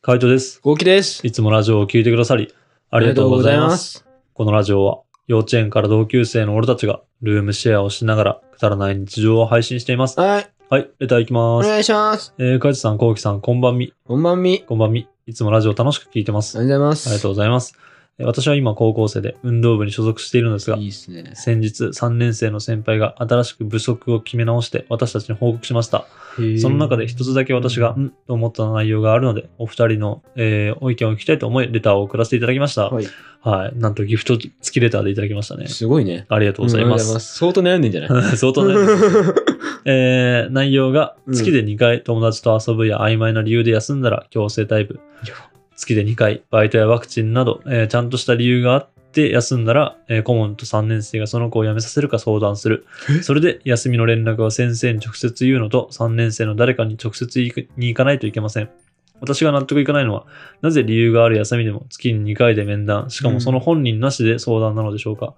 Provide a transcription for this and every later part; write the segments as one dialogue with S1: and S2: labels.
S1: 会長です。
S2: ゴーキです。
S1: いつもラジオを聞いてくださり、あ
S2: あ
S1: りがとうございます。
S2: す。
S1: このラジオは、幼稚園から同級生の俺たちが、ルームシェアをしながら、くだらない日常を配信しています。
S2: はい、
S1: はい、レターいき
S2: お
S1: ます。
S2: 願いします。
S1: えー、かいちさん、こうきさん、こんばんみ。
S2: こんばんみ。あり
S1: こんばんみ。いつもラジオ楽しく聞いてます。
S2: がとうございます。
S1: ありがとうございます。えー私は今、高校生で運動部に所属しているのですが、
S2: いいですね。
S1: 先日、3年生の先輩が新しく部則を決め直して、私たちに報告しました。その中で一つだけ私が、
S2: うん
S1: んと思った内容があるので、お二人の、えーお意見を聞きたいと思い、レターを送らせていただきました。はい。
S2: はい。
S1: なんとギフト付きレターでいただきましたね。
S2: すごいね。
S1: ありがとうござい
S2: んあ
S1: ま
S2: りがとうござ
S1: す。
S2: す。相当悩んでんじゃな い
S1: 相当ね。えー内容が、
S2: うん
S1: 月で2回友達と遊ぶや曖昧な理由で休んだら強制タイプ
S2: いや。
S1: 月で2回バイトやワクチンなど、えーちゃんとした理由があって休んだら、えー顧問と3年生がその子を辞めさせるか相談する。それで休みの連絡は先生に直接言うのと3年生の誰かに直接行くに行かないといけません。私が納得いかないのは、なぜ理由がある休みでも月に2回で面談、しかもその本人なしで相談なのでしょうか。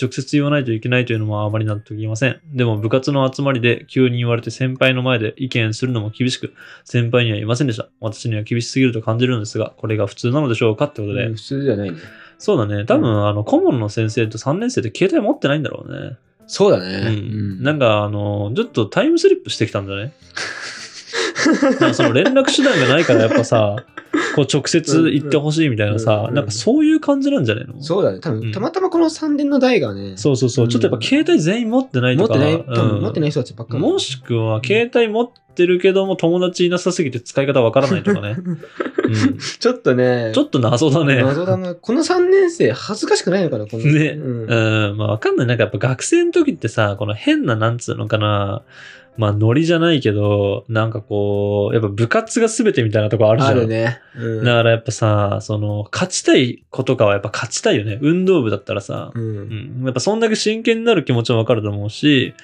S1: 直接言わないといけないというのもあまり納得いきません。でも部活の集まりで急に言われて先輩の前で意見するのも厳しく、先輩には言いませんでした。私には厳しすぎると感じるのですが、これが普通なのでしょうかってことで。
S2: 普通じゃないね。
S1: そうだね。多
S2: う
S1: 分、あの、顧問の先生と3年生って携帯持ってないんだろうね。
S2: そうだ
S1: う
S2: ね。
S1: ん。なんか、あの、ちょっとタイムスリップしてきたんだね。なんかその連絡手段がないからやっぱさ、 こう直接行ってほしいみたいな
S2: うん
S1: さ
S2: う、ん
S1: なんかそういう感じなんじゃないの
S2: そうだね。多
S1: うん
S2: 分、たまたまこの三年の代がね、
S1: そうそうそう。ちょっとやっぱ携帯全員持ってない
S2: 持
S1: と
S2: っ
S1: か。
S2: てない、多
S1: う
S2: 分
S1: ん
S2: 持ってない人たちばっかり。
S1: もしくは、携帯持ってるけども、友達いなさすぎて使い方わからないとか ね。うん、
S2: ちょっとね、
S1: ちょっと謎だね。
S2: 謎だな。この三年生、恥ずかしくないのかな、この。
S1: ね
S2: うん
S1: うん、まあわかんない。なんかやっぱ学生の時ってさ、この変な、なんつうのかな。まあノリじゃないけど、なんかこう、やっぱ部活が全てみたいなとこあるじゃん。
S2: あるね。うん
S1: だからやっぱさ、その、勝ちたい子とかはやっぱ勝ちたいよね。運動部だったらさ。
S2: う。
S1: うんん、やっぱそんだけ真剣になる気持ちもわかると思うし、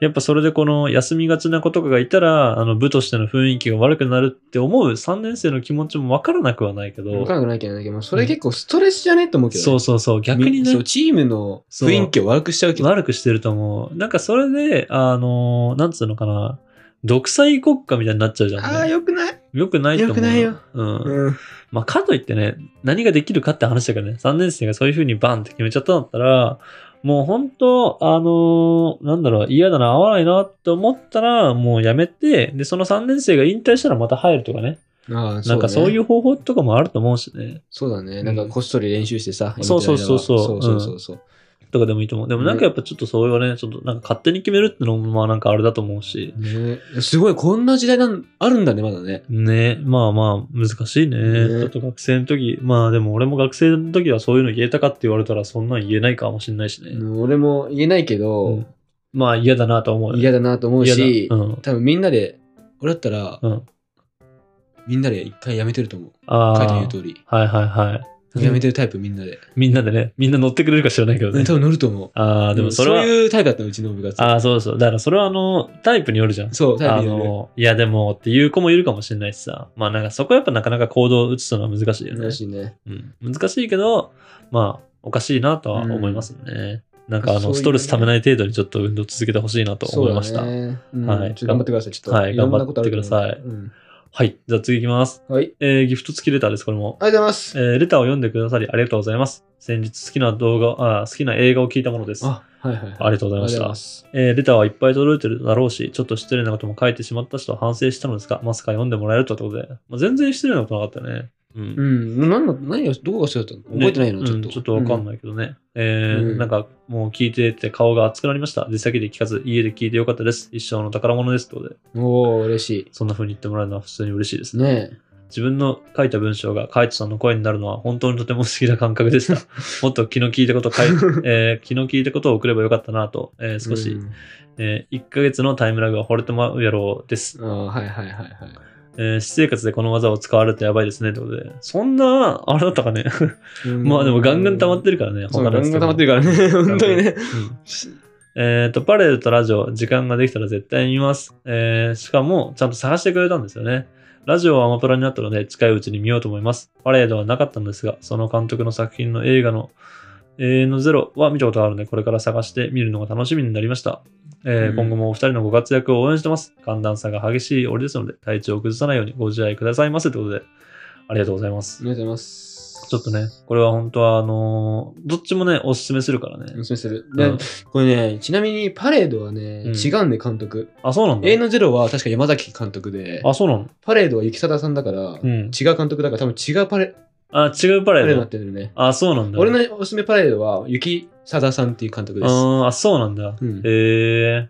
S1: やっぱそれでこの休みがちな子とかがいたら、あの部としての雰囲気が悪くなるって思う3年生の気持ちもわからなくはないけ
S2: 分
S1: ど
S2: か、らなくないけどね、でもそれ結構ストレスじゃねって思うけどね
S1: そうそうそう、逆に
S2: み
S1: ね
S2: そう、チームの雰囲気を悪くしちゃうけど。
S1: 悪くしてると思う。なんかそれで、あの、なんつうのかな、独裁国家みたいになっちゃうじゃん、ね。
S2: ああ、よくない。
S1: よくないと思う。
S2: よくないよ。
S1: うん。
S2: うん。
S1: まあ、かといってね、何ができるかって話だからね、3年生がそういう風にバンって決めちゃったんだったら、もう本当、あのーなんだろう、嫌だな、合わないなって思ったら、もうやめて、で、その3年生が引退したらまた入るとかね、
S2: ああ
S1: なんかそういう。方法とかもあると思うしね、
S2: そうだね。なんかこっそり練習してさ。
S1: そうそうそうそう
S2: そうそうそうそう。
S1: とかでもいいと思う。でもなんかやっぱちょっとそういうね、ちょっとなんか勝手に決めるってのも、まあなんかあれだと思うし、
S2: ねすごい、こんな時代なんあるんだね、まだね。
S1: ね、まあまあ難しいね。
S2: ね
S1: ちょっと学生の時、まあでも俺も学生の時はそういうの言えたかって言われたらそんなん言えないかもしれないしね。
S2: 俺も言えないけど、
S1: まあ嫌だなと思うよね。
S2: 嫌だなと思うし
S1: 嫌、だうん。
S2: 多分みんなで、俺だったら
S1: うん、
S2: みんなで一回やめてると思う。
S1: あ
S2: 書いて言
S1: あ
S2: う。通り。
S1: はいはいはい。
S2: やめてるタイプみんなで。
S1: みんなでね、みんな乗ってくれるか知らないけど
S2: うん
S1: ね。
S2: 多分乗ると思う。
S1: ああ、でもそれ
S2: うん
S1: は、
S2: そういうタイプだったの、うちの部活。
S1: ああ、そうそう。だからそれはあの、タイプによるじゃん。
S2: そう、タイ
S1: あ
S2: プによる。
S1: の、いやでもっていう子もいるかもしれないしさ。まあなんかそこはやっぱなかなか行動を移すのは難しいよね
S2: ら。しいね。
S1: うん、難しいけど、まあ、おかしいなとは思いますね。なんかあ
S2: そういう
S1: の、
S2: ね
S1: ストレスためない程度にちょっと運動続けてほしいなと思いました。
S2: そうだねうん
S1: はい
S2: ちょっと頑張ってください。ちょっと。
S1: はい
S2: ろんなことあると思う
S1: 頑張ってく
S2: うん
S1: はい。じゃあ次行きます。
S2: はい。あり
S1: えー、ギフト付きレターです、これも。
S2: がとうございます。
S1: えーレターを読んでくださりありがとうございます。先日好きな動画、あー好きな映画を聞いたものです。あ
S2: あ、はいはいはい。
S1: りがとうございまし
S2: ありがとうござい
S1: た
S2: ま。す。
S1: えーレターはいっぱい届いてるだろうし、ちょっと失礼なことも書いてしまったしと反省したのですが、まさか読んでもらえるとはってことで、まあ、全然失礼なことなかったね。うん
S2: うん。何の、何が、どこがそうだったの覚えてないの
S1: ね
S2: ちょっ
S1: う
S2: と。
S1: んちょっとわかん
S2: い。
S1: ないけどね。えー
S2: うん
S1: なんかもう聞いてて顔が熱くなりました。出先で聞かず、家で聞いてよかったです。一生の宝物ですってことで、
S2: おー、嬉し
S1: そんな風に言ってもらえるのは普通に嬉しいです
S2: い。
S1: ね。
S2: ねえ。
S1: 自分の書いた文章がカイトさんの声になるのは本当にとても不思議な感覚で した。もっと気の利いたことを書い、えー気の利いたことを送ればよかったなと、えー少し、
S2: うん。
S1: えー1ヶ月のタイムラグは惚れてまうやろうです。
S2: ああ、はいはいはいはい。
S1: えー私生活でこの技を使われるとやばいですねってことで、そんな、あれだったかね。 まあでもガンガン溜まってる
S2: る。
S1: からね、
S2: そ
S1: 他
S2: う、ガ
S1: のやつ
S2: ン
S1: と
S2: ガン溜
S1: か
S2: ま
S1: も
S2: ってるからね。本当に
S1: う
S2: ね。
S1: んえっ、と、パレードとラジオ、時間ができたら絶対に見ます。えーしかも、ちゃんと探してくれたんですよね。ラジオはアマプラになったので、近いうちに見ようと思います。パレードはなかったんですが、その監督の作品の映画の永遠のゼロは見たことがあるので、これから探して見るのが楽しみになりました。えー
S2: うん
S1: 今後もお二人のご活躍を応援してます。寒暖差が激しい俺ですので、体調を崩さないようにご自愛くださいませということで、ありがとうございます。
S2: りがとうございます。
S1: ちょっとね、これは本当は、あのーどっちもね、おすすめするからね。
S2: おすすめする。
S1: うん
S2: でこれね、ちなみにパレードはね、
S1: うん
S2: 違うんで、監督。
S1: あ、そうなんだ。
S2: A のゼロは確か山崎監督で、
S1: あ、そうなの
S2: パレードは雪貞さんだから、
S1: うん。
S2: 違う監督だから多分違うパレ
S1: あ、違うパ
S2: パレー
S1: レー
S2: ドになっ
S1: ド。
S2: てるよね。
S1: あ、そうなんだ。
S2: 俺のおすすめパレードは雪貞さんっていう監督です。
S1: あーあ、そうなんだ。
S2: うん
S1: へえ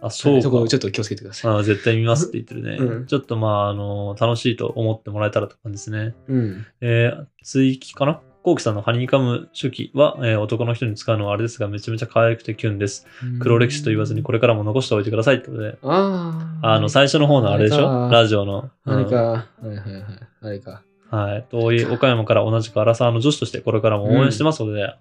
S1: あ、そうか。
S2: そこをちょっと気をつけてください。
S1: あー絶対見ますって言ってるね。
S2: うん
S1: ちょっとまあ、あのー楽しいと思ってもらえたらって感じですね。
S2: うん。
S1: えー追記かなコウキさんのハニカム初期は、えー男の人に使うのはあれですが、めちゃめちゃ可愛くてキュンです。黒歴史と言わずにこれからも残しておいてくださいってことで。
S2: ああ。
S1: あの、最初の方のあれでし
S2: あれ
S1: ょ
S2: か
S1: ラジオの。
S2: あれ
S1: うん
S2: か。はいはいはい。あれか。
S1: はい。遠い岡山から同じく荒沢の女子としてこれからも応援してますので、あ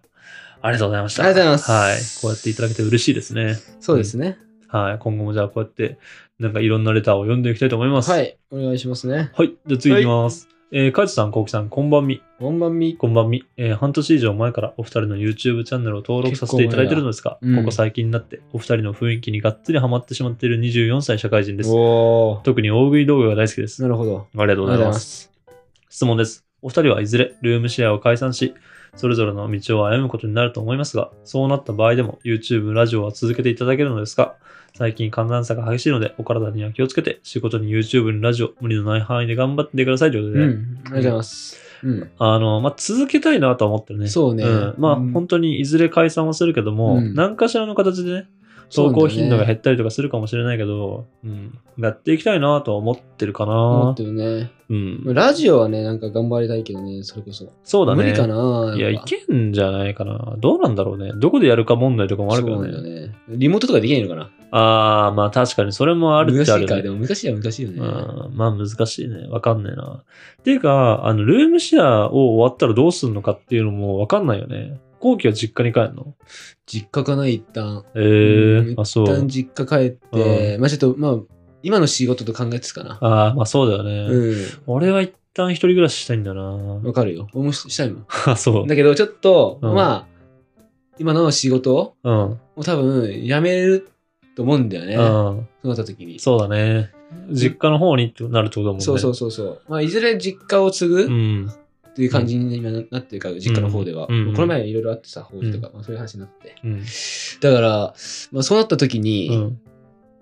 S1: りがとうございました。
S2: ありがとうござい
S1: は
S2: ま
S1: い。
S2: す
S1: こうやっていただけて嬉しいですね。
S2: そうですね。
S1: はい。今後もじゃあこうやって、なんかいろんなレターを読んでいきたいと思います。
S2: は。い。お願いしますね。
S1: はい。じゃあ次いきます。えー、カイトさん、コウキさん、こんばんみ。
S2: 本番見。
S1: こんばんみ、えー半年以上前からお二人の YouTube チャンネルを登録させていただいてるのですが、
S2: 結構前だうん
S1: ここ最近になってお二人の雰囲気にがっつりハマってしまっている24歳社会人です。
S2: おお。
S1: 特に大食い動画が大好きです。あ
S2: なるほど。
S1: りがとうござい
S2: ありがとうござ
S1: ま。
S2: います
S1: 質問です。お二人はいずれルームシェアを解散し、それぞれの道を歩むことになると思いますが、そうなった場合でも YouTube、ラジオは続けていただけるのですが、最近寒暖差が激しいので、お体には気をつけて、仕事に YouTube にラジオ、無理のない範囲で頑張ってくださいということで、
S2: うん。ありがとうございます。うん。
S1: あの、まあ、続けたいなとは思ってるね。
S2: そうね
S1: ん、まあ、
S2: うん
S1: 本当にいずれ解散はするけども、
S2: うん
S1: 何かしらの形でね、投稿頻度が減ったりとかするかもしれないけど、うん、やっていきたいなとは思ってるか
S2: 思っ
S1: な。
S2: てるね。
S1: うん。
S2: ラジオはね、なんか頑張りたいけどね、それこそ。
S1: そうだね。
S2: 無理かな。
S1: いや、
S2: っ
S1: い
S2: ぱ
S1: けんじゃないかな。どうなんだろうね。どこでやるか問題とかもあるけ
S2: そ
S1: ど
S2: うなん
S1: ね。
S2: だよね。リモートとかできないのかな
S1: ああ、まあ確かにそれもあるっ
S2: 難
S1: ちゃあ
S2: しい
S1: る
S2: か。
S1: ね
S2: で。も難しいは難しいよね。
S1: うん、まあ難しいね。わかんないな。っていうか、あの、ルームシェアを終わったらどうするのかっていうのもわかんないよね。後期は実家に帰るの
S2: 実家かな、一旦。
S1: ええ
S2: うん
S1: あ、そ
S2: 一
S1: う
S2: 旦。実家帰って、まあちょっと、まあ今の仕事と考えつつかな。
S1: ああ、まあそうだよね。
S2: う
S1: 俺は一旦一人暮らししたいんだ
S2: ん。
S1: な。
S2: わかるよ。俺もしたいもん。
S1: あ、そう。
S2: だけど、ちょっと、
S1: うん
S2: まあ、今の仕事を
S1: うん。
S2: 多分辞めると思うんだよね。
S1: うん。
S2: そうなった時に。
S1: そうだね。実家の方にってなるってことだもんね。
S2: そうそううそうそう。まあ、いずれ実家を継ぐ
S1: う
S2: っ
S1: ん。
S2: ていう感じに今ななってるから、実家の方では。
S1: うんうん
S2: この前いろいろあってさ、法事とか、まあ、そういう話になって。
S1: うん。
S2: だから、まあ、そうなった時に、
S1: うん。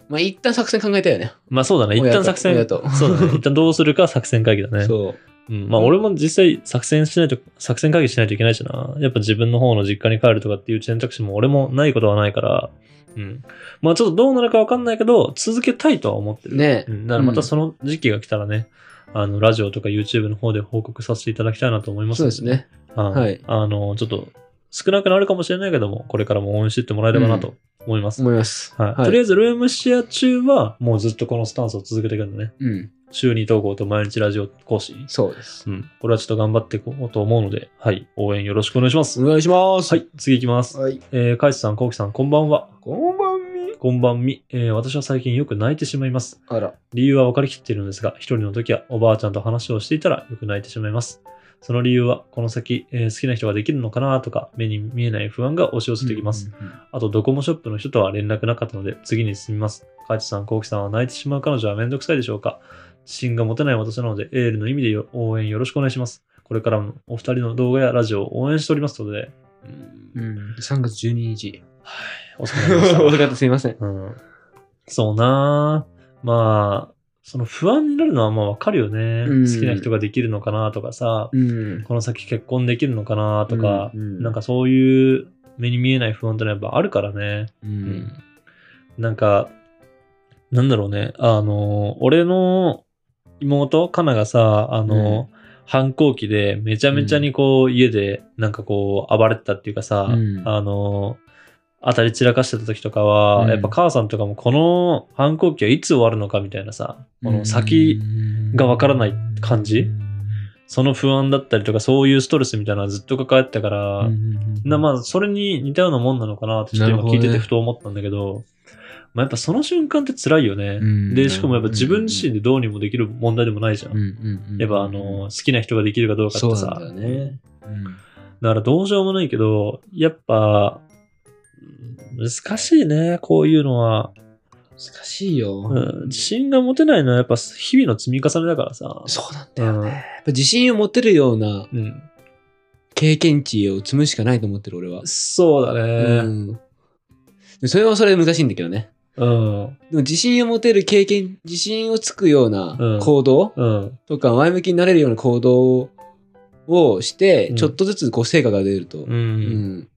S2: まあ、一旦作戦考えたよね。
S1: まあそうだね。一
S2: 親と
S1: 旦作戦
S2: 親。と
S1: そうだね。一旦どうするか作戦会議だね。
S2: そう。
S1: うん、まあ俺も実際作戦しないと、作戦会議しないといけないしな。やっぱ自分の方の実家に帰るとかっていう選択肢も俺もないことはないから、うん。まあちょっとどうなるかわかんないけど、続けたいとは思ってる。
S2: ね
S1: うん。だからまたその時期が来たらね、あの、ラジオとか YouTube の方で報告させていただきたいなと思います
S2: そうです。ね。
S1: はい。
S2: はい
S1: あの、ちょっと少なくなるかもしれないけども、これからも応援してってもらえればなと思います。
S2: 思います。
S1: はい、とりあえず、ルームシェア中は、もうずっとこのスタンスを続けていくんだね。
S2: うん、
S1: 週2投稿と毎日ラジオ更新。
S2: そうです。
S1: うん、これはちょっと頑張っていこうと思うので、はい、応援よろしくお願いします。
S2: お願いします。
S1: はい、次いきます。
S2: はい。
S1: えー、カイチさん、コウキさん、こんばんは。
S2: こんばんみ。
S1: こんばんみ。えー私は最近よく泣いてしまいます。
S2: あら。
S1: 理由は分かりきっているのですが、一人の時はおばあちゃんと話をしていたらよく泣いてしまいます。その理由は、この先、えー好きな人ができるのかなとか、目に見えない不安が押し寄せてきます。
S2: うんうんうん。
S1: あと、ドコモショップの人とは連絡なかったので、次に進みます。カイチさん、コウキさんは泣いてしまう彼女はめんどくさいでしょうか自信が持てない私なので、エールの意味でよ応援よろしくお願いします。これからもお二人の動画やラジオを応援しておりますので、うん
S2: うん、3月12日。
S1: お疲れ様でした。
S2: お方すいま せん。
S1: うん、そうなあまあ、その不安になるのはまあわかるよね。
S2: うん
S1: 好きな人ができるのかなとかさ、
S2: うん。
S1: この先結婚できるのかなとか、
S2: うんうん
S1: なんかそういう目に見えない不安ってのはやっぱあるからね。
S2: う。
S1: うんんなんか、なんだろうね。あの、俺の妹、かながさ、あの、反抗期でめちゃめちゃにこう、家でなんかこう暴れてたっていうかさ、
S2: うん
S1: あの、当たり散らかしてた時とかは、
S2: うん
S1: やっぱ母さんとかもこの反抗期はいつ終わるのかみたいなさ、この先、がわからない感じその不安だったりとかそういうストレスみたいなのはずっと抱えてたから、なまあ、それに似たようなもんなのかなって、ちょっと
S2: な
S1: 今
S2: るほど
S1: 聞
S2: ね
S1: いててふと思ったんだけど、まあ、やっぱその瞬間って辛いよね。で、しかもやっぱ自分自身でどうにもできる問題でもないじゃん。
S2: うんうんうん、
S1: やっぱあの、好きな人ができるかどうかっ
S2: そ
S1: て
S2: う
S1: さ、
S2: なんだよね。うん
S1: だからどうしようもないけど、やっぱ、うん難しいね、こういうのは。
S2: 難しいよ。
S1: うん、自信が持てないのはやっぱ日々の積み重ねだからさ。
S2: そうなんだよね。やっぱ自信を持てるような
S1: うん。
S2: 経験値を積むしかないと思ってる、俺は。
S1: そうだ
S2: う
S1: ね。
S2: んでそれはそれで難しいんだけどね。
S1: うん。
S2: でも自信を持てる経験、自信をつくよう
S1: うん
S2: な行動
S1: うん。
S2: とか、前向きになれるような行動をして、
S1: うん
S2: ちょっとずつこう成果が出ると、
S1: う。
S2: うんん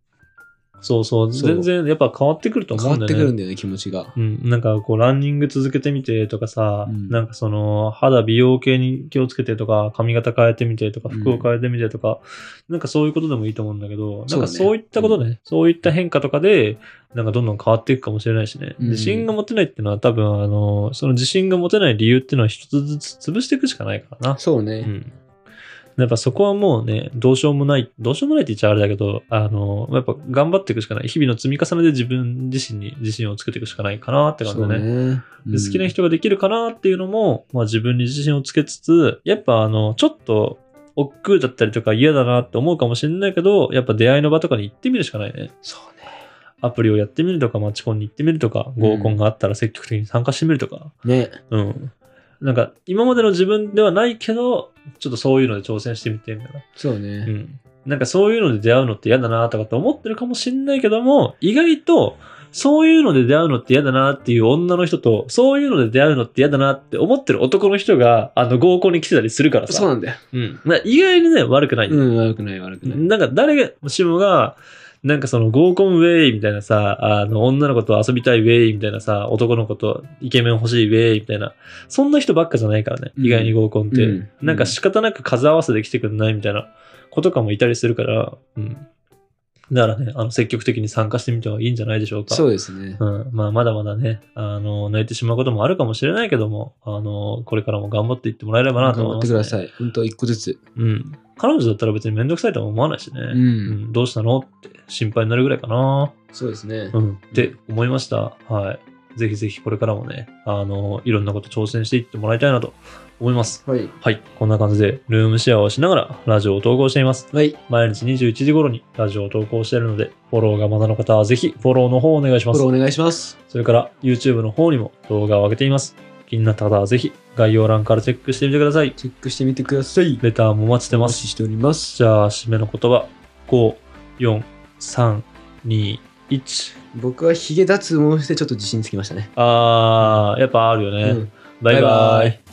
S1: そうそう。
S2: そう
S1: 全然やっぱ変わってくると
S2: 変
S1: 思
S2: わ
S1: うん
S2: っ
S1: だよね。
S2: てくるんだよね、気持ちが。
S1: うん、なんかこうランニング続けてみてとかさ、
S2: うん
S1: なんかその肌美容系に気をつけてとか髪型変えてみてとか
S2: うん
S1: 服を変えてみてとか、なんかそういうことでもいいと思うんだけどなん
S2: そうだね
S1: かそういったことねそういった変化とかでなんかどんどん変わっていくかもしれないしね、
S2: うん
S1: 自信が持てないっていうのは多分あのその自信が持てない理由っていうのは一つずつ潰していくしかないからな、
S2: そう
S1: う
S2: ね。
S1: ん、やっぱそこはもうねどうしようもないどうしようもないって言っちゃあれだけどあのやっぱ頑張っていくしかない日々の積み重ねで自分自身に自信をつけていくしかないかなって感じ
S2: そ
S1: だ
S2: う
S1: ね
S2: ね。
S1: で好きな人ができるかなっていうのも、まあ、自分に自信をつけつつやっぱあのちょっと億劫だったりとか嫌だなって思うかもしれないけどやっぱ出会いの場とかに行ってみるしかないね
S2: そう
S1: アプリをやってみるとかマチコンに行ってみるとか合コンがあったら積極的に参加してみるとか、
S2: ね。ね。
S1: うん。なんか、今までの自分ではないけど、ちょっとそういうので挑戦してみてみたいな。
S2: そうね。
S1: うん。なんかそういうので出会うのって嫌だなとかって思ってるかもしんないけども、意外と、そういうので出会うのって嫌だなっていう女の人と、そういうので出会うのって嫌だなって思ってる男の人が、あの、合コンに来てたりするからさ。
S2: そうなんだよ。
S1: うん。だから意外にね、悪くないんだよ
S2: うん、悪くない、悪くない。
S1: なんか誰が、シムが、なんかその合コンウェイみたいなさ、あの、女の子と遊びたいウェイみたいなさ、男の子とイケメン欲しいウェイみたいな、そんな人ばっかじゃないからね、
S2: うん
S1: 意外に合コンって。
S2: うん
S1: なんか仕方なく数合わせで来てくんないみたいな子とかもいたりするから、うん。だからね、あの、積極的に参加してみてはいいんじゃないでしょうか。
S2: そうですね。
S1: うん、まあまだまだね、あの、泣いてしまうこともあるかもしれないけども、あの、これからも頑張っていってもらえればな
S2: 頑
S1: と思い
S2: 張っ
S1: ます、
S2: て
S1: ね。
S2: ください。本当一個ずつ。
S1: うん。彼女だったら別にめんどくさいとは思わないしね。
S2: うん
S1: うんどうしたのって心配になるぐらいかな。
S2: そうですね
S1: う。ん。って思いました。はい。ぜひぜひこれからもね、あの、いろんなこと挑戦していってもらいたいなと思います。
S2: はい。
S1: はい。こんな感じで、ルームシェアをしながらラジオを投稿しています。
S2: はい。
S1: 毎日21時頃にラジオを投稿しているので、フォローがまだの方はぜひフォローの方をお願いし
S2: フ
S1: ま
S2: ォ
S1: す
S2: ロ。ーお願いします。
S1: それから、YouTube の方にも動画を上げています。気になった方はぜひ概要欄からチェックしてみてください。
S2: チェックしてみてください。
S1: レターもお待ちして
S2: お
S1: ま
S2: 待
S1: す。
S2: ちしております。
S1: じゃあ、締めの言葉。5、4、3、2、1。
S2: 僕はヒゲ脱毛してちょっと自信つきましたね。
S1: あー、やっぱあるよね。
S2: うん
S1: バイバ
S2: バイ
S1: イ。
S2: バイ